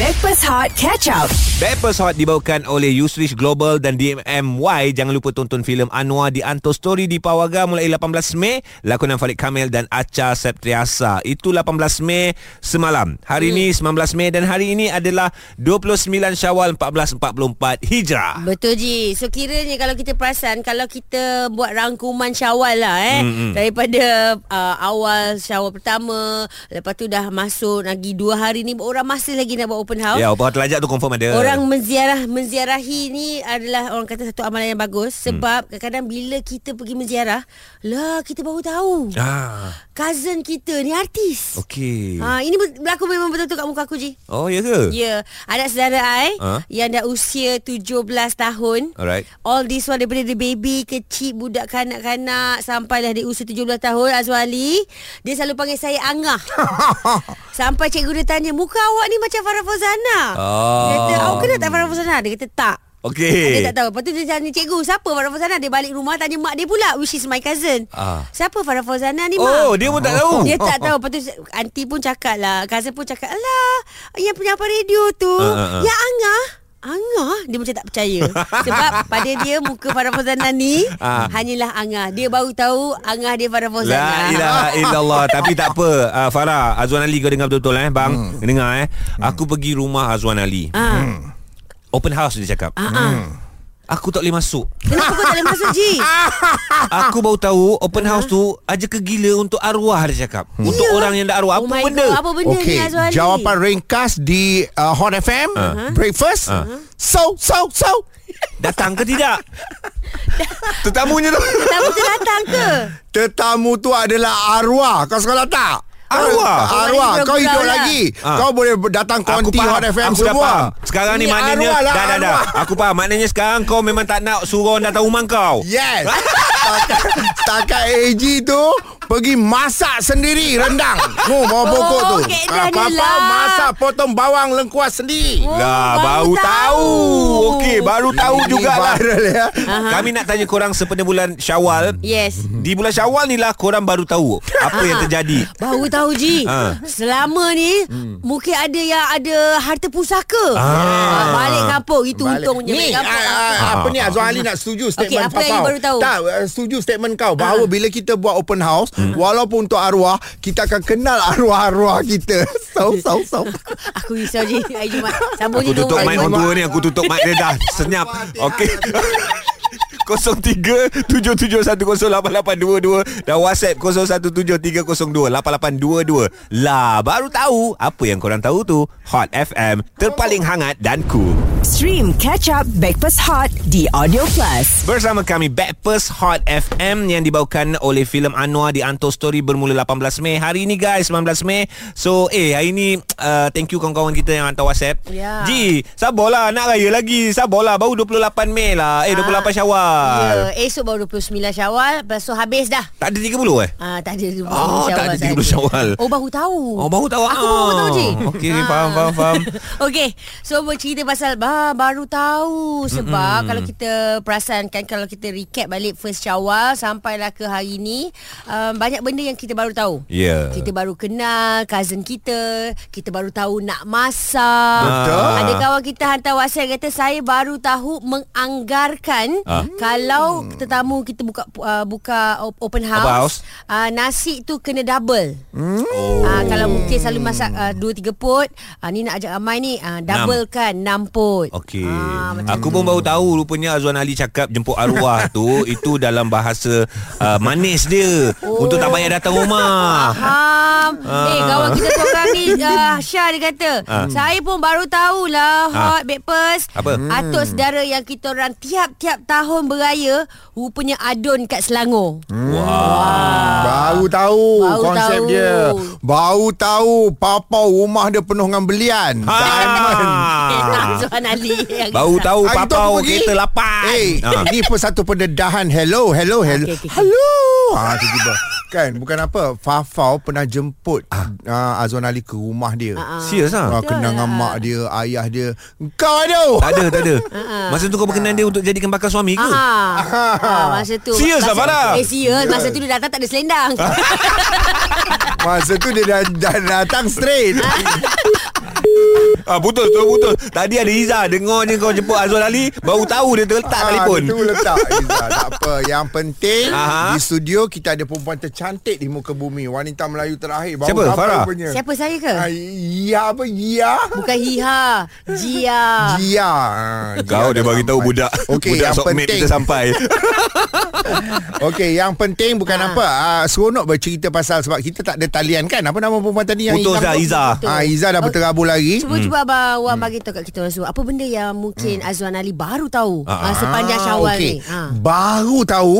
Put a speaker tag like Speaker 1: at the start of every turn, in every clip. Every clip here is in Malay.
Speaker 1: Backpass Hot Catch Up.
Speaker 2: Backpast Hot dibawakan oleh Uswish Global dan DMY. Jangan lupa tonton filem Anwar di Anto Story di Pawaga mulai 18 Mei. Lakonan Falik Kamil dan Acha Septriasa. Itu 18 Mei semalam. Hari hmm. ini 19 Mei dan hari ini adalah 29 Syawal 1444 Hijrah.
Speaker 3: Betul Ji. So kiranya kalau kita perasan kalau kita buat rangkuman Syawal lah eh mm-hmm. daripada uh, awal Syawal pertama, lepas tu dah masuk lagi dua hari ni orang masih lagi nak buat open house.
Speaker 2: Ya, Opah Telajak tu confirm ada.
Speaker 3: Orang menziarah menziarahi ni adalah orang kata satu amalan yang bagus sebab hmm. kadang-kadang bila kita pergi menziarah, lah kita baru tahu.
Speaker 2: Ah,
Speaker 3: Cousin kita ni artis.
Speaker 2: okey.
Speaker 3: Ha ini ber- berlaku memang betul-betul kat muka aku Ji.
Speaker 2: Oh, ya ke?
Speaker 3: Ya, anak saudara I
Speaker 2: Ha?
Speaker 3: yang dah usia 17 tahun.
Speaker 2: Alright.
Speaker 3: All this one daripada dia baby kecil budak kanak-kanak sampailah dia usia 17 tahun Azwali. Dia selalu panggil saya Angah. Sampai cikgu dia tanya, "Muka awak ni macam Farah Fauzana."
Speaker 2: Oh.
Speaker 3: Dia kata, "Awak kenal tak Farah Fauzana?" Dia kata, "Tak."
Speaker 2: Okey.
Speaker 3: Dia tak tahu. Lepas tu dia tanya cikgu, "Siapa Farah Fauzana?" Dia balik rumah tanya mak dia pula, which is my cousin.
Speaker 2: Ah.
Speaker 3: Siapa Farah Fauzana ni, mak?
Speaker 2: Oh, dia pun tak tahu.
Speaker 3: Dia tak tahu Lepas tu Aunty pun cakap lah Cousin pun cakap Alah Yang penyampaian radio tu
Speaker 2: Ah, ah, ah.
Speaker 3: uh, uh. Yang Angah Angah Dia macam tak percaya Sebab pada dia Muka Farah Fauzana ni
Speaker 2: Ah.
Speaker 3: Hanyalah Angah Dia baru tahu Angah dia Farah lah. Ah, Fauzana
Speaker 2: La ilaha illallah Tapi tak apa uh, Farah Azwan Ali kau dengar betul-betul eh Bang hmm. Dengar eh Aku pergi rumah Azwan Ali
Speaker 3: ah.
Speaker 2: Open house dia cakap
Speaker 3: Ah, ah.
Speaker 2: Aku tak boleh masuk
Speaker 3: Kenapa kau tak boleh masuk Ji Ah,
Speaker 2: Aku baru tahu Open house tu Aja ke gila untuk arwah dia cakap
Speaker 4: Hmm.
Speaker 2: Untuk orang yang tak arwah
Speaker 3: Oh
Speaker 2: Apa
Speaker 3: my
Speaker 2: benda
Speaker 3: God, Apa benda ni
Speaker 4: Okey,
Speaker 3: Azwali
Speaker 4: jawapan ringkas di uh, Hot FM breakfast. So so so.
Speaker 2: Datang ke tidak
Speaker 4: Tetamunya tu
Speaker 3: Tetamu tu datang ke
Speaker 4: Tetamu tu adalah arwah. Kau sekolah tak?
Speaker 2: Arwah?
Speaker 4: Arwah.
Speaker 3: Orang
Speaker 4: Kau
Speaker 3: yang
Speaker 4: hidup
Speaker 3: gurau lah.
Speaker 4: lagi.
Speaker 2: Ah.
Speaker 4: Kau boleh datang konti
Speaker 2: faham.
Speaker 4: Hot FM
Speaker 2: aku dah
Speaker 4: semua.
Speaker 2: faham. Sekarang ni
Speaker 4: Ini
Speaker 2: maknanya
Speaker 4: arwah lah,
Speaker 2: Dah dah dah
Speaker 4: arwah.
Speaker 2: Aku faham Maknanya sekarang kau memang tak nak Suruh orang datang rumah kau
Speaker 4: Yes. Setakat- Setakat AG tu pergi masak sendiri rendang. Oh, bawa pokok tu.
Speaker 3: kaedah
Speaker 4: Ah,
Speaker 3: dia
Speaker 4: Papa
Speaker 3: lah.
Speaker 4: masak potong bawang lengkuas sendiri.
Speaker 3: Oh,
Speaker 2: Lah
Speaker 3: baru
Speaker 2: baru, tahu.
Speaker 3: tahu.
Speaker 2: Okey baru tahu
Speaker 4: Ini
Speaker 2: jugalah
Speaker 4: viral, ya.
Speaker 2: Kami nak tanya korang Sepenuh bulan Syawal
Speaker 3: Yes
Speaker 2: Di bulan Syawal ni lah korang baru tahu apa
Speaker 3: Ah.
Speaker 2: yang terjadi.
Speaker 3: Baru tahu Ji
Speaker 2: Ha.
Speaker 3: Selama ni hmm. Mungkin ada yang ada Harta pusaka
Speaker 2: Ah.
Speaker 3: ah. Balik kampung Itu balik. untungnya
Speaker 4: Ni
Speaker 3: balik
Speaker 4: ah,
Speaker 3: kampung
Speaker 4: ah, Apa ni Azwan Ali nak setuju statement
Speaker 3: apa yang
Speaker 4: Papa.
Speaker 3: you baru tahu? Ah.
Speaker 4: Tak eh, setuju statement kau Bahawa bila kita buat open house Walaupun untuk arwah Kita akan kenal arwah-arwah kita So so so
Speaker 3: Aku risau Ji Hari Jumat Sambung
Speaker 2: Aku
Speaker 3: Ji
Speaker 2: tutup
Speaker 3: tolong.
Speaker 2: mic orang tua ni Aku tutup mic dia dah Senyap Okey 0377108822 dan WhatsApp 0173028822. Lah baru tahu apa yang korang tahu tu Hot FM terpaling hangat dan cool.
Speaker 1: Stream Catch Up Backpass Hot di Audio Plus.
Speaker 2: Bersama kami Backpast Hot FM yang dibawakan oleh filem Anwar di Anto Story bermula 18 Mei. Hari ini guys 19 Mei. So eh hari ini uh, thank you kawan-kawan kita yang hantar WhatsApp.
Speaker 3: Ya.
Speaker 2: Ji, sabarlah nak raya lagi. Sabarlah baru 28 Mei lah. Eh 28 Syawal.
Speaker 3: Ah, Ya, esok baru 29 Syawal Besok habis dah
Speaker 2: Tak ada 30 eh?
Speaker 3: Ah, tak ada 30
Speaker 2: Oh, tak ada 30
Speaker 3: saja.
Speaker 2: Syawal.
Speaker 3: Oh, baru tahu.
Speaker 2: Oh, baru tahu.
Speaker 3: Aku
Speaker 2: Ah.
Speaker 3: baru tahu, Cik.
Speaker 2: Okey, faham, faham, faham.
Speaker 3: Okey, so bercerita pasal bah, baru tahu. Sebab mm kalau kita perasankan, kalau kita recap balik first Syawal sampailah ke hari ni, um, banyak benda yang kita baru tahu.
Speaker 2: Ya.
Speaker 3: Kita baru kenal cousin kita, kita baru tahu nak masak.
Speaker 2: Betul.
Speaker 3: Ada kawan kita hantar WhatsApp kata saya baru tahu menganggarkan
Speaker 2: Ah.
Speaker 3: kalau tetamu kita buka uh, buka op- open house,
Speaker 2: Open house.
Speaker 3: Uh, nasi tu kena double.
Speaker 2: Oh.
Speaker 3: Ah, kalau mungkin selalu masak uh, 2 3 pot, ah, ni nak ajak Amai ni ah, double kan 6 pot.
Speaker 2: Okey.
Speaker 3: Ah, macam
Speaker 2: aku pun baru tahu rupanya Azwan Ali cakap jemput arwah tu itu dalam bahasa uh, manis dia oh. untuk tak payah datang rumah.
Speaker 3: Faham ah. Eh kawan kita seorang ni uh, Syah dia kata ah. Saya pun baru tahulah Hot ah. breakfast
Speaker 2: Apa?
Speaker 3: Atuk saudara yang kita orang Tiap-tiap tahun beraya Rupanya adun kat Selangor
Speaker 4: Baru tahu
Speaker 3: Ah. Baru
Speaker 4: konsep
Speaker 3: tahu.
Speaker 4: dia. Baru tahu papa rumah dia penuh dengan belian.
Speaker 3: ah.
Speaker 2: Ha.
Speaker 3: Zuan Ali yang
Speaker 2: Baru
Speaker 3: kisah.
Speaker 2: tahu
Speaker 4: Ah, itu
Speaker 2: papau
Speaker 4: aku pergi.
Speaker 2: kereta lapan.
Speaker 4: Eh,
Speaker 2: Ha.
Speaker 4: ini pun satu pendedahan. Hello, hello, hello.
Speaker 3: Ah, Okey, okey, okey.
Speaker 4: Hello. Ha, tiba-tiba. kan, bukan apa. Fafau pernah jemput ah. Azwan Ali ke rumah dia. Ah,
Speaker 2: Serius ah.
Speaker 4: kenang dengan mak dia, ayah dia. Kau ada.
Speaker 2: Tak ada, tak ada. Masa tu kau berkenan dia untuk jadikan bakal suami ke?
Speaker 3: Ah, ah, masa tu
Speaker 2: Serious lah,
Speaker 3: masa-
Speaker 2: Farah?
Speaker 3: Eh serius Masa tu dia datang tak ada selendang
Speaker 4: Masa tu dia dah, dah datang straight.
Speaker 2: Ah, putus tu putus. Tadi ada Iza dengar je kau jemput Azul Ali baru tahu dia terletak
Speaker 4: Ah,
Speaker 2: telefon.
Speaker 4: Itu letak Izzah. Tak apa Yang penting
Speaker 2: Aha.
Speaker 4: Di studio Kita ada perempuan tercantik Di muka bumi Wanita Melayu terakhir Baru
Speaker 2: Siapa?
Speaker 4: sampai
Speaker 2: Farah?
Speaker 4: punya.
Speaker 3: Siapa saya ke?
Speaker 4: Ah, Ya apa Ya
Speaker 3: Bukan hiha, jia.
Speaker 4: Jia Ah,
Speaker 2: Kau dia bagi tahu budak
Speaker 4: Okey
Speaker 2: budak
Speaker 4: yang
Speaker 2: sokmed
Speaker 4: penting
Speaker 2: kita sampai.
Speaker 4: Okey yang penting Bukan apa ah, Seronok bercerita pasal Sebab kita tak ada talian kan Apa nama perempuan tadi yang
Speaker 2: Putus dah Iza.
Speaker 4: Ah, Iza dah berterabur lagi
Speaker 3: Cuba cuba abang Wan bagi tahu kat kita orang semua apa benda yang mungkin Azwan Ali baru tahu Hmm. ah, sepanjang Syawal ni.
Speaker 4: okey.
Speaker 3: Ha. Ah.
Speaker 4: Baru tahu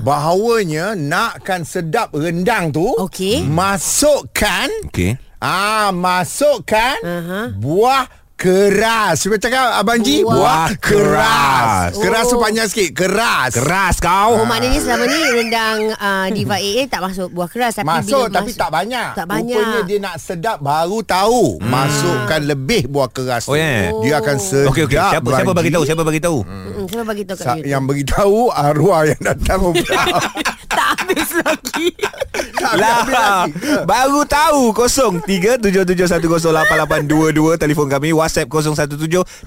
Speaker 4: Bahawanya Nakkan sedap rendang tu
Speaker 3: Okey.
Speaker 4: Masukkan
Speaker 2: Okey.
Speaker 4: Ah, masukkan
Speaker 3: Aha.
Speaker 4: buah keras. Cuba cakap Abang Ji,
Speaker 3: Buah
Speaker 4: buah keras.
Speaker 2: keras.
Speaker 4: Keras, keras tu
Speaker 3: Oh.
Speaker 4: panjang sikit. Keras. Ah.
Speaker 2: Keras kau.
Speaker 3: Oh maknanya selama ni rendang uh, Diva AA tak masuk buah keras tapi
Speaker 4: Masuk
Speaker 3: bila
Speaker 4: tapi
Speaker 3: masuk,
Speaker 4: tak banyak.
Speaker 3: Tak banyak.
Speaker 4: Rupanya dia nak sedap baru tahu. Hmm. Masukkan lebih buah keras
Speaker 2: Oh,
Speaker 4: tu.
Speaker 2: yeah.
Speaker 4: Dia akan sedap.
Speaker 2: Okey okey. Siapa
Speaker 4: Abang
Speaker 2: siapa
Speaker 4: Ji.
Speaker 2: bagi tahu? Siapa bagi tahu?
Speaker 4: Hmm.
Speaker 3: Mm, Cuba bagi tahu kat
Speaker 4: Sa- ya.
Speaker 3: you.
Speaker 4: yang beritahu arwah yang datang beritahu.
Speaker 3: tak habis lagi.
Speaker 4: Tak
Speaker 2: Lah
Speaker 4: habis lagi.
Speaker 2: Baru tahu 0377108822 Telefon kami WhatsApp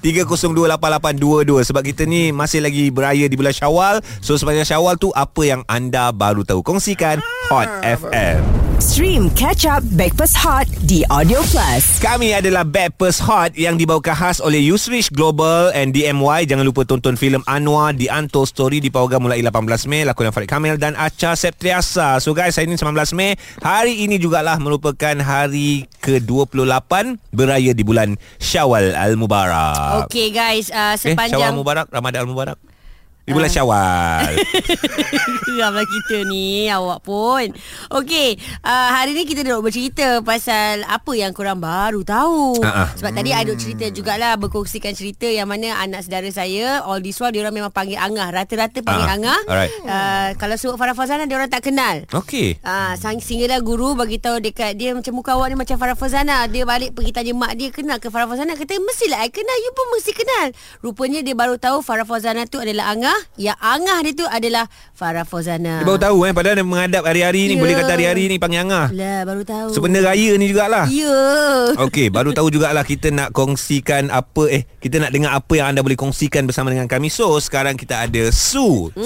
Speaker 2: 0173028822 Sebab kita ni Masih lagi beraya di bulan syawal So sepanjang syawal tu Apa yang anda baru tahu Kongsikan Hot
Speaker 4: Ah,
Speaker 2: FM
Speaker 1: Stream Catch Up Breakfast Hot The Audio Plus
Speaker 2: Kami adalah Backpers Hot yang dibawakan khas oleh Usrich Global and DMY. Jangan lupa tonton filem Anwar di Anto Story di Pawagam mulai 18 Mei. Lakonan Farid Kamil dan Acha Septriasa. So guys, hari ini 19 Mei. Hari ini jugalah merupakan hari ke-28 beraya di bulan Syawal Al-Mubarak.
Speaker 3: Okey guys, uh,
Speaker 2: Eh, Syawal
Speaker 3: sepanjang Ah.
Speaker 2: Al-Mubarak, Ramadan Al-Mubarak. Di bulan Syawal.
Speaker 3: Ramai kita ni Awak pun Okey uh, Hari ni kita duduk bercerita Pasal apa yang korang baru tahu
Speaker 2: Ha-ha.
Speaker 3: uh-uh. Sebab tadi ada cerita jugalah Berkongsikan cerita yang mana Anak saudara saya All this while Diorang memang panggil Angah Rata-rata panggil
Speaker 2: Ha-ha.
Speaker 3: Angah
Speaker 2: Ah, Alright.
Speaker 3: uh, Kalau sebut Farah Fauzana Diorang tak kenal
Speaker 2: Okey.
Speaker 3: Ah, sang sehinggalah guru bagi tahu dekat dia macam muka awak ni macam Farah Fazana. Dia balik pergi tanya mak dia kenal ke Farah Fazana? Kata mestilah I kenal, you pun mesti kenal. Rupanya dia baru tahu Farah Fazana tu adalah Angah, yang Angah dia tu adalah Farah Fazana.
Speaker 2: Dia baru tahu eh padahal dia menghadap hari-hari ni
Speaker 3: Ya.
Speaker 2: boleh kata hari-hari ni panggil Angah.
Speaker 3: Lah, baru tahu.
Speaker 2: So benda raya ni jugalah.
Speaker 3: Ya.
Speaker 2: Okey, baru tahu jugalah kita nak kongsikan apa eh kita nak dengar apa yang anda boleh kongsikan bersama dengan kami. So, sekarang kita ada Su.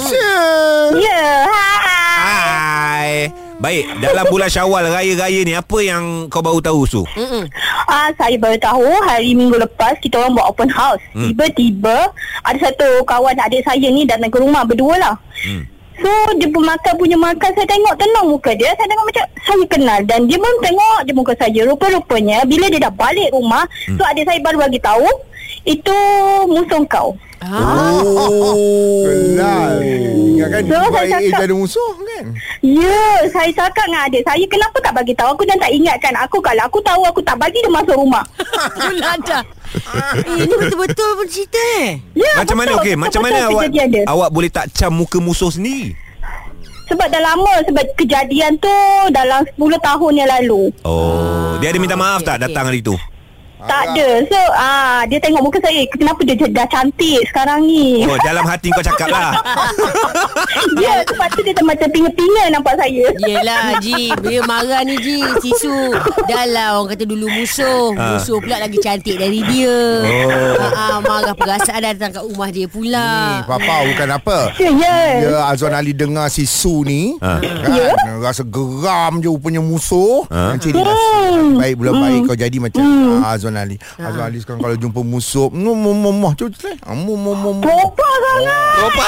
Speaker 5: Ya, hai.
Speaker 2: Hai. Baik, dalam bulan Syawal raya-raya ni apa yang kau baru tahu Su?
Speaker 3: Mm,
Speaker 5: Ah, saya baru tahu hari minggu lepas kita orang buat open house.
Speaker 2: Hmm.
Speaker 5: Tiba-tiba ada satu kawan adik saya ni datang ke rumah berdua lah.
Speaker 2: Hmm.
Speaker 5: So dia pun makan punya makan Saya tengok tenang muka dia Saya tengok macam Saya kenal Dan dia pun tengok je muka saya Rupa-rupanya Bila dia dah balik rumah hmm. So adik saya baru bagi tahu Itu musuh kau
Speaker 3: Ah.
Speaker 2: Oh.
Speaker 4: Kenal. Ingatkan
Speaker 5: So, saya
Speaker 4: baik eh,
Speaker 5: cakap-
Speaker 4: jadi musuh kan?
Speaker 5: Ya, saya cakap dengan adik saya kenapa tak bagi tahu aku dan tak ingatkan. Aku kalau aku tahu aku tak bagi dia masuk rumah.
Speaker 3: Pula dah. Eh, ini betul-betul pun cerita eh.
Speaker 5: Ya,
Speaker 2: Macam mana
Speaker 5: betul,
Speaker 2: okey?
Speaker 5: betul,
Speaker 2: Macam
Speaker 5: betul
Speaker 2: mana awak
Speaker 5: kejadian dia.
Speaker 2: awak boleh tak cam muka musuh sendiri?
Speaker 5: Sebab dah lama sebab kejadian tu dalam 10 tahun yang lalu.
Speaker 2: Oh, dia ada minta
Speaker 3: Ah,
Speaker 2: maaf
Speaker 3: okey,
Speaker 2: tak
Speaker 3: okey.
Speaker 2: datang hari tu?
Speaker 5: Tak ada. So, ah dia tengok muka saya, kenapa dia j- dah cantik sekarang ni?
Speaker 2: Oh, dalam hati kau cakap lah.
Speaker 5: ya, sebab tu dia macam pinga-pinga nampak saya.
Speaker 3: Yelah Ji Bila marah ni Ji Sisu Dah lah orang kata dulu musuh
Speaker 2: Ah.
Speaker 3: Musuh pula lagi cantik dari dia
Speaker 2: Oh.
Speaker 3: Ah, ah, Marah perasaan dah datang kat rumah dia
Speaker 4: Ni,
Speaker 3: pula
Speaker 4: Eh, Papa bukan apa.
Speaker 5: Ya, ya.
Speaker 3: Eh.
Speaker 4: Ya Azwan Ali dengar si Su ni
Speaker 2: Ha.
Speaker 4: kan
Speaker 3: Ya.
Speaker 4: rasa geram je rupanya musuh
Speaker 2: Ha.
Speaker 4: macam ni lah, Su.
Speaker 3: Oh.
Speaker 4: baik belum baik
Speaker 3: Hmm.
Speaker 4: kau jadi macam ah, Azwan Ali Azwan Ali sekarang kalau jumpa musuh mu mu mu mu tu tu mu mu mu mu
Speaker 3: Oh.
Speaker 5: Propa sangat.
Speaker 2: Ropa.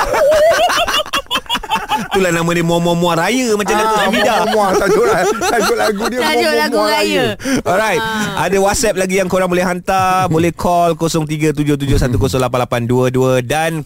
Speaker 2: Itulah nama dia muah-muah raya macam Datuk
Speaker 4: Ah,
Speaker 2: Samidah.
Speaker 4: mu, mu, mu. tajuk lah tajuk lagu dia mu,
Speaker 3: Tajuk
Speaker 4: mu,
Speaker 3: lagu
Speaker 4: mu,
Speaker 3: raya
Speaker 2: Alright Ada WhatsApp lagi yang korang boleh hantar Boleh call 0377108822 Dan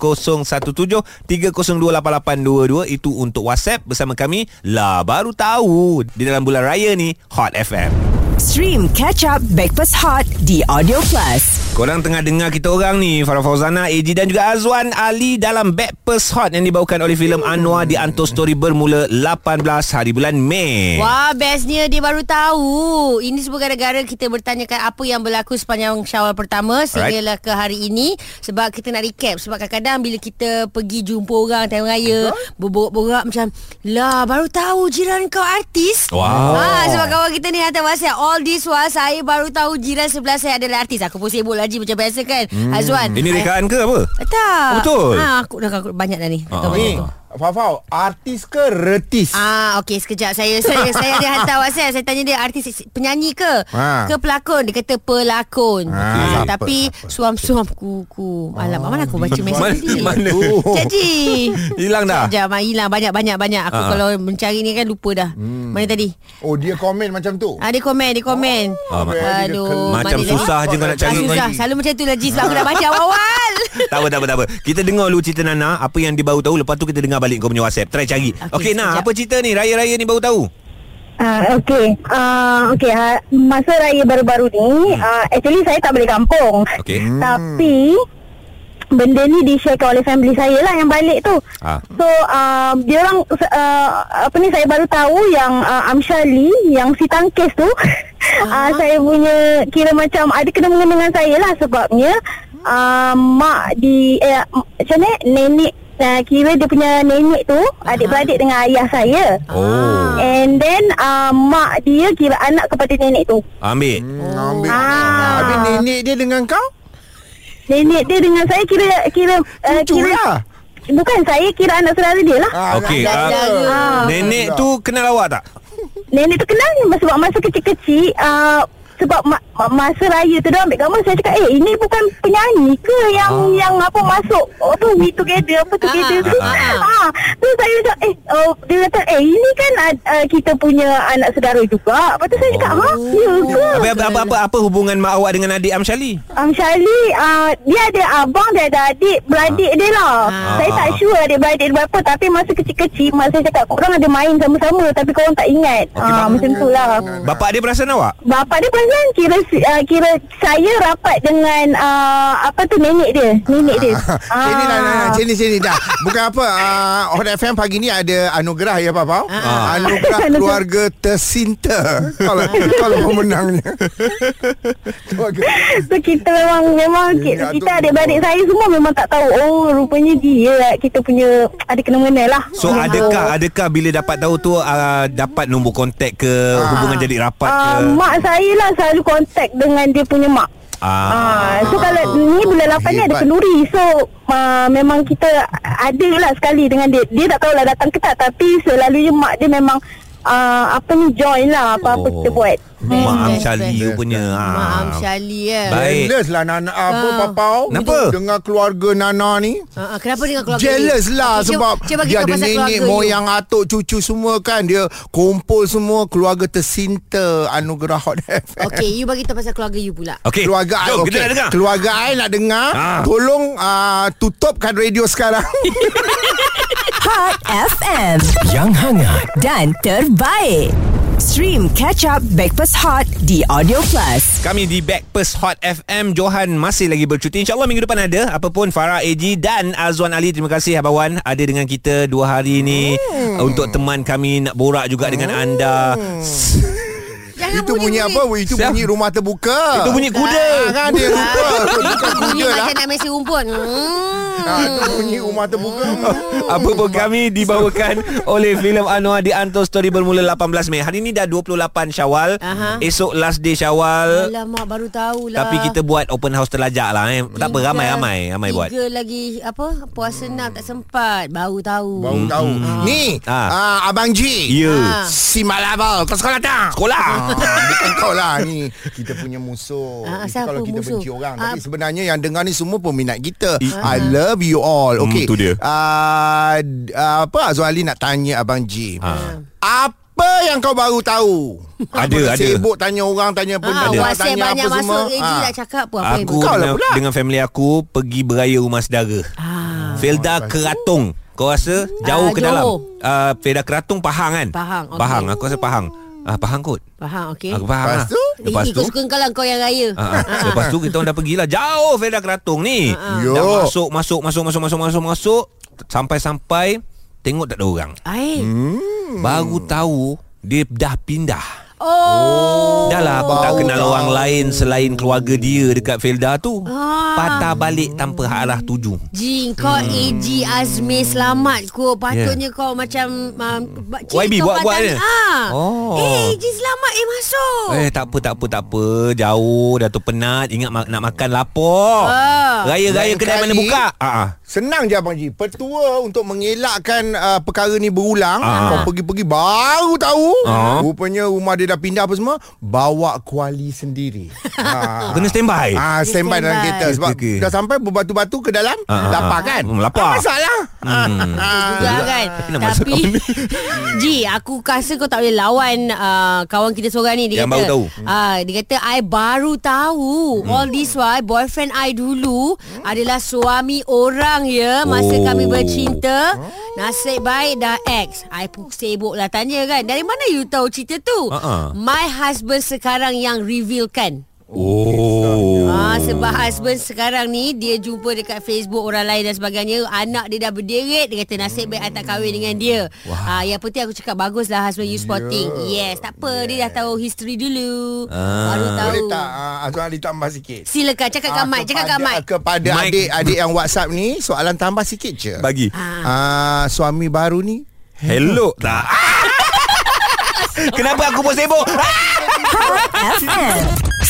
Speaker 2: 0173028822 Itu untuk WhatsApp bersama kami Lah baru tahu Di dalam bulan raya ni Hot FM
Speaker 1: Stream Catch Up Breakfast Hot The Audio Plus
Speaker 2: Korang tengah dengar kita orang ni Farah Fauzana, AG dan juga Azwan Ali Dalam Backpers Hot yang dibawakan oleh filem Anwar Di Anto Story bermula 18 hari bulan Mei
Speaker 3: Wah bestnya dia baru tahu Ini semua gara-gara kita bertanyakan Apa yang berlaku sepanjang syawal pertama Sehinggalah ke hari ini Sebab kita nak recap Sebab kadang-kadang bila kita pergi jumpa orang Time raya Berborak-borak macam Lah baru tahu jiran kau artis
Speaker 2: Wow.
Speaker 3: ha, Sebab kawan kita ni hantar whatsapp all this while saya baru tahu jiran sebelah saya adalah artis. Aku pun sibuk lagi macam biasa kan. Hmm. Azwan.
Speaker 2: Ini
Speaker 3: I-
Speaker 2: rekaan ke apa?
Speaker 3: Tak.
Speaker 2: Oh, betul.
Speaker 3: Ha, aku dah aku banyak dah ni. Tak
Speaker 2: Ah.
Speaker 3: tahu banyak.
Speaker 4: Ni Fafau Artis ke retis
Speaker 3: Ah, okey sekejap saya saya saya dia hantar WhatsApp saya tanya dia artis penyanyi ke
Speaker 4: Ah.
Speaker 3: ke pelakon dia kata pelakon. Ah,
Speaker 4: Ah, siapa,
Speaker 3: tapi
Speaker 4: siapa?
Speaker 3: suam-suam ku ku. Alamak mana aku baca
Speaker 2: Mana,
Speaker 3: mesej tadi.
Speaker 2: mana?
Speaker 3: Jadi
Speaker 2: Hilang
Speaker 4: Ah.
Speaker 2: dah.
Speaker 3: Sekejap mak hilang banyak banyak banyak aku
Speaker 2: Ah.
Speaker 3: kalau mencari ni kan lupa dah. Mana tadi?
Speaker 4: Oh dia komen macam tu
Speaker 3: Ah dia komen dia komen.
Speaker 2: Ah, ma-
Speaker 3: Aduh mana
Speaker 2: Macam
Speaker 3: dia-
Speaker 2: susah je kau nak
Speaker 3: Ah,
Speaker 2: cari
Speaker 3: susah
Speaker 2: lagi.
Speaker 3: Selalu macam tu lah Ji Sebab aku
Speaker 4: Ah.
Speaker 3: dah baca awal-awal
Speaker 2: tak apa, tak apa, tak apa. Kita dengar dulu cerita Nana. Apa yang dia baru tahu. Lepas tu kita dengar balik kau punya WhatsApp. Try cari. Okey, okay,
Speaker 3: Okey,
Speaker 2: Nana.
Speaker 3: sekejap.
Speaker 2: Apa cerita ni? Raya-raya ni baru tahu.
Speaker 5: Ah, okey. Ah, okey. Ha, masa raya baru-baru ni, ah, actually saya tak balik kampung.
Speaker 2: Okey.
Speaker 5: Hmm. Tapi benda ni disharekan oleh family saya lah yang balik tu.
Speaker 2: Ah.
Speaker 5: So, uh, dia orang uh, apa ni saya baru tahu yang uh, Amshali yang si tangkis tu uh, saya punya kira macam ada kena mengena dengan saya lah sebabnya uh, mak di eh, macam ni nenek uh, kira dia punya nenek tu adik-beradik dengan ayah saya.
Speaker 2: Oh.
Speaker 5: And then uh, mak dia kira anak kepada nenek tu.
Speaker 2: Ambil.
Speaker 4: Hmm, Ambil
Speaker 5: Ah.
Speaker 4: Habis nenek dia dengan kau
Speaker 5: Nenek dia dengan saya kira kira uh,
Speaker 4: Cucu
Speaker 5: kira
Speaker 4: lah
Speaker 5: bukan saya kira anak saudara dia lah.
Speaker 4: Ah,
Speaker 2: Okey,
Speaker 4: anak
Speaker 2: ah,
Speaker 4: saudara.
Speaker 5: Ah.
Speaker 2: Nenek tu kenal awak tak?
Speaker 5: Nenek tu kenal ni sebab masa kecil-kecil uh, sebab ma- ma- masa raya tu dah ambil gambar saya cakap eh ini bukan penyanyi ke yang
Speaker 2: Ah.
Speaker 5: yang apa masuk oh tu we together apa together
Speaker 3: Ah,
Speaker 5: tu
Speaker 2: ah,
Speaker 5: ah, tu saya macam eh oh, dia kata eh ini kan uh, uh, kita punya anak saudara juga lepas tu saya cakap ha ya ke
Speaker 2: Apa apa apa, apa, apa hubungan mak awak dengan adik Amshali?
Speaker 5: Um, Syali uh, Dia ada abang Dia ada adik Beradik dia lah
Speaker 3: Ah.
Speaker 5: Saya tak sure Adik-beradik dia berapa Tapi masa kecil-kecil Mak saya cakap Korang ada main sama-sama Tapi korang tak ingat
Speaker 2: Okey,
Speaker 5: Ah,
Speaker 2: mak-
Speaker 5: Macam tu lah
Speaker 2: Bapak dia perasan awak?
Speaker 5: Bapa dia perasan kira uh, kira saya rapat dengan uh, apa tu nenek dia, nenek dia.
Speaker 4: Sini lah, lah,
Speaker 5: Ah.
Speaker 4: lah. Sini, sini dah. Bukan apa. Uh, Hot FM pagi ni ada anugerah ya, Papa.
Speaker 2: Ah.
Speaker 4: Anugerah keluarga tersinta. Kalau kalau pemenangnya. Keluarga-
Speaker 5: So kita memang memang kita,
Speaker 4: Ingat tu.
Speaker 5: kita adik-beradik saya semua memang tak tahu oh rupanya dia lah kita punya ada kena mengena lah.
Speaker 2: So
Speaker 5: Ah.
Speaker 2: adakah adakah bila dapat tahu tu uh, dapat nombor kontak ke hubungan jadi rapat ke?
Speaker 5: Uh, mak saya lah selalu kontak dengan dia punya mak. Ah, so kalau ni bulan 8 ni ada
Speaker 4: Hebat.
Speaker 5: kenduri So uh, memang kita ada lah sekali dengan dia Dia tak tahulah datang ke tak Tapi selalunya mak dia memang uh, Apa ni join lah apa-apa oh. kita buat
Speaker 2: Mak
Speaker 3: Best,
Speaker 2: Amshali
Speaker 3: best.
Speaker 2: you punya.
Speaker 3: Mak
Speaker 2: Ah.
Speaker 3: Amsyali eh
Speaker 2: Baik.
Speaker 4: Jealous lah Nana apa
Speaker 3: Ah.
Speaker 4: papau?
Speaker 2: Kenapa?
Speaker 4: Dengan keluarga Nana ni.
Speaker 3: Ah, ah, Kenapa dengan keluarga ni?
Speaker 4: Jealous lah
Speaker 3: Okey,
Speaker 4: sebab
Speaker 3: cuba- cuba
Speaker 4: dia
Speaker 3: kita
Speaker 4: ada
Speaker 3: pasal
Speaker 4: nenek
Speaker 3: keluarga you.
Speaker 4: moyang atuk cucu semua kan dia kumpul semua keluarga tersinta anugerah Hot FM.
Speaker 3: Okey, you bagi tahu pasal keluarga you pula.
Speaker 2: Okey.
Speaker 4: Keluarga I,
Speaker 2: Eh, Jom,
Speaker 4: okey.
Speaker 2: kita nak dengar.
Speaker 4: Keluarga I nak dengar.
Speaker 2: Ah.
Speaker 4: Tolong uh, tutupkan radio sekarang.
Speaker 1: Hot FM
Speaker 6: Yang hangat
Speaker 1: dan terbaik. Stream Catch Up Breakfast Hot di Audio Plus.
Speaker 2: Kami di Backpast Hot FM Johan masih lagi bercuti InsyaAllah minggu depan ada Apa pun Farah AG dan Azwan Ali Terima kasih Abawan Ada dengan kita dua hari ni hmm. Untuk teman kami Nak borak juga dengan anda
Speaker 3: Jangan
Speaker 4: Itu bunyi apa? Itu
Speaker 2: Siap.
Speaker 4: bunyi rumah terbuka.
Speaker 2: Itu bunyi kuda
Speaker 4: Ah, kan dia lupa. Bukan
Speaker 3: Bunyi
Speaker 4: kuda lah.
Speaker 3: macam nak mesi rumput. Hmm.
Speaker 4: Ah, itu bunyi rumah terbuka.
Speaker 2: Apa pun kami dibawakan oleh filem Anwar di Anto Story bermula 18 Mei. Hari ni dah 28 Syawal.
Speaker 3: Aha.
Speaker 2: Esok last day Syawal.
Speaker 3: Alamak baru tahulah.
Speaker 2: Eh. Tapi kita buat open house terlajak lah eh. Tak apa ramai-ramai ramai buat.
Speaker 3: Tiga lagi apa puasa enam tak sempat baru tahu.
Speaker 4: Baru tahu. Ni,
Speaker 2: Ah.
Speaker 4: ah, Abang Ji.
Speaker 3: Ah.
Speaker 2: Ya.
Speaker 4: Si Malabal Kau sekolah tak?
Speaker 2: Sekolah.
Speaker 4: Ah, bukan kau lah ni Kita punya musuh
Speaker 3: Ah,
Speaker 4: Itu
Speaker 3: siapa
Speaker 4: Kalau kita
Speaker 3: musuh?
Speaker 4: benci orang Tapi
Speaker 3: Ah.
Speaker 4: sebenarnya yang dengar ni Semua peminat kita I love you all
Speaker 2: Mm,
Speaker 4: Okay
Speaker 2: tu dia.
Speaker 4: Ah, d- ah, Apa Azwar Ali nak tanya Abang Ji
Speaker 2: Ah.
Speaker 4: Apa yang kau baru tahu?
Speaker 2: Ada,
Speaker 4: Kau
Speaker 2: ada.
Speaker 4: Sibuk tanya orang Tanya
Speaker 3: Ha,
Speaker 4: benda orang,
Speaker 3: WhatsApp
Speaker 4: Tanya apa
Speaker 3: banyak
Speaker 4: semua
Speaker 3: masuk AG
Speaker 4: Ah.
Speaker 3: nak cakap pun apa
Speaker 2: Ha. Aku
Speaker 4: Kau lah
Speaker 2: dengan,
Speaker 4: pula.
Speaker 2: dengan family aku pergi beraya rumah saudara.
Speaker 3: Ah,
Speaker 2: Felda Keratung. Kau rasa jauh
Speaker 3: Ah,
Speaker 2: ke dalam?
Speaker 3: Johor.
Speaker 2: Uh, Felda Keratung Pahang kan?
Speaker 3: Pahang, okey. Eh,
Speaker 2: Pahang. Aku rasa Pahang. Ah, Pahang kot.
Speaker 3: faham okey.
Speaker 2: Aku Pahang. lah.
Speaker 4: Lepas tu?
Speaker 2: Lepas tu.
Speaker 3: Ikut suka kau lah kau yang raya.
Speaker 2: Ha, ha. Lepas tu kita orang dah pergilah jauh Felda Keratung ni.
Speaker 3: Ah,
Speaker 4: ha.
Speaker 2: Dah
Speaker 4: Yo.
Speaker 2: masuk masuk masuk masuk masuk masuk masuk sampai-sampai tengok tak ada orang.
Speaker 4: Hmm.
Speaker 3: Ai.
Speaker 2: Baru tahu dia dah pindah.
Speaker 3: Oh.
Speaker 2: Dah lah aku tak kenal orang lain selain keluarga dia dekat Felda tu.
Speaker 3: Ah.
Speaker 2: Patah balik tanpa arah tuju.
Speaker 3: Jing, kau hmm. AG Azmi selamat ko. Patutnya yeah. kau macam um, ba- ciri
Speaker 2: YB,
Speaker 3: kau
Speaker 2: buat-buat
Speaker 3: patah-
Speaker 2: dia?
Speaker 3: Ah.
Speaker 2: Oh.
Speaker 3: Eh, AG selamat eh masuk.
Speaker 2: Eh tak apa tak apa tak apa Jauh dah tu penat Ingat ma- nak makan lapor
Speaker 3: Ah.
Speaker 2: Raya-raya
Speaker 4: Lain
Speaker 2: kedai
Speaker 4: kali-
Speaker 2: mana buka ah, ah.
Speaker 4: Senang je Abang Ji Petua untuk mengelakkan uh, perkara ni berulang
Speaker 2: Ah.
Speaker 4: Kau pergi-pergi baru tahu
Speaker 2: Ah.
Speaker 4: Rupanya rumah dia dah pindah apa semua Bawa kuali sendiri ha.
Speaker 2: Kena standby
Speaker 4: Ah,
Speaker 3: Dia
Speaker 4: standby dalam
Speaker 3: standby.
Speaker 4: kereta Sebab
Speaker 2: Okey, okey.
Speaker 4: dah sampai berbatu-batu ke dalam
Speaker 2: Ah,
Speaker 4: Lapar
Speaker 2: ah,
Speaker 4: kan
Speaker 2: hmm, lapar.
Speaker 4: Ah, Masalah hmm.
Speaker 3: juga kan
Speaker 2: Kena lah. masuk
Speaker 3: Tapi Ji Aku rasa kau tak boleh lawan uh, Kawan kita seorang ni Dia
Speaker 2: Yang
Speaker 3: kata
Speaker 2: baru tahu. Hmm.
Speaker 3: uh, Dia kata I baru tahu All this while Boyfriend I dulu Adalah suami orang ya Masa
Speaker 2: Oh.
Speaker 3: kami bercinta Nasib baik dah ex I pun sibuk lah tanya kan Dari mana you tahu cerita tu
Speaker 2: Ha-ha.
Speaker 3: My husband sekarang yang kan. revealkan
Speaker 2: Oh
Speaker 3: Ah, sebab husband sekarang ni Dia jumpa dekat Facebook orang lain dan sebagainya Anak dia dah berderet Dia kata nasib baik I tak kahwin dengan dia ah, Yang penting aku cakap Baguslah husband you sporting yeah. Ya. Yes, tak apa Dia dah tahu history dulu ah. Baru tahu
Speaker 4: Boleh tak uh, Azwan Ali tambah sikit
Speaker 3: Silakan cakap kat
Speaker 4: Ah,
Speaker 3: Mat Cakap kat
Speaker 4: kepada-
Speaker 3: Mat
Speaker 4: Kepada
Speaker 2: Mike.
Speaker 4: adik-adik yang WhatsApp ni Soalan tambah sikit je
Speaker 2: Bagi
Speaker 4: Ah, Suami baru ni
Speaker 2: Hello tak Ah! Kenapa aku pun sibuk Ah!
Speaker 1: Hot FM.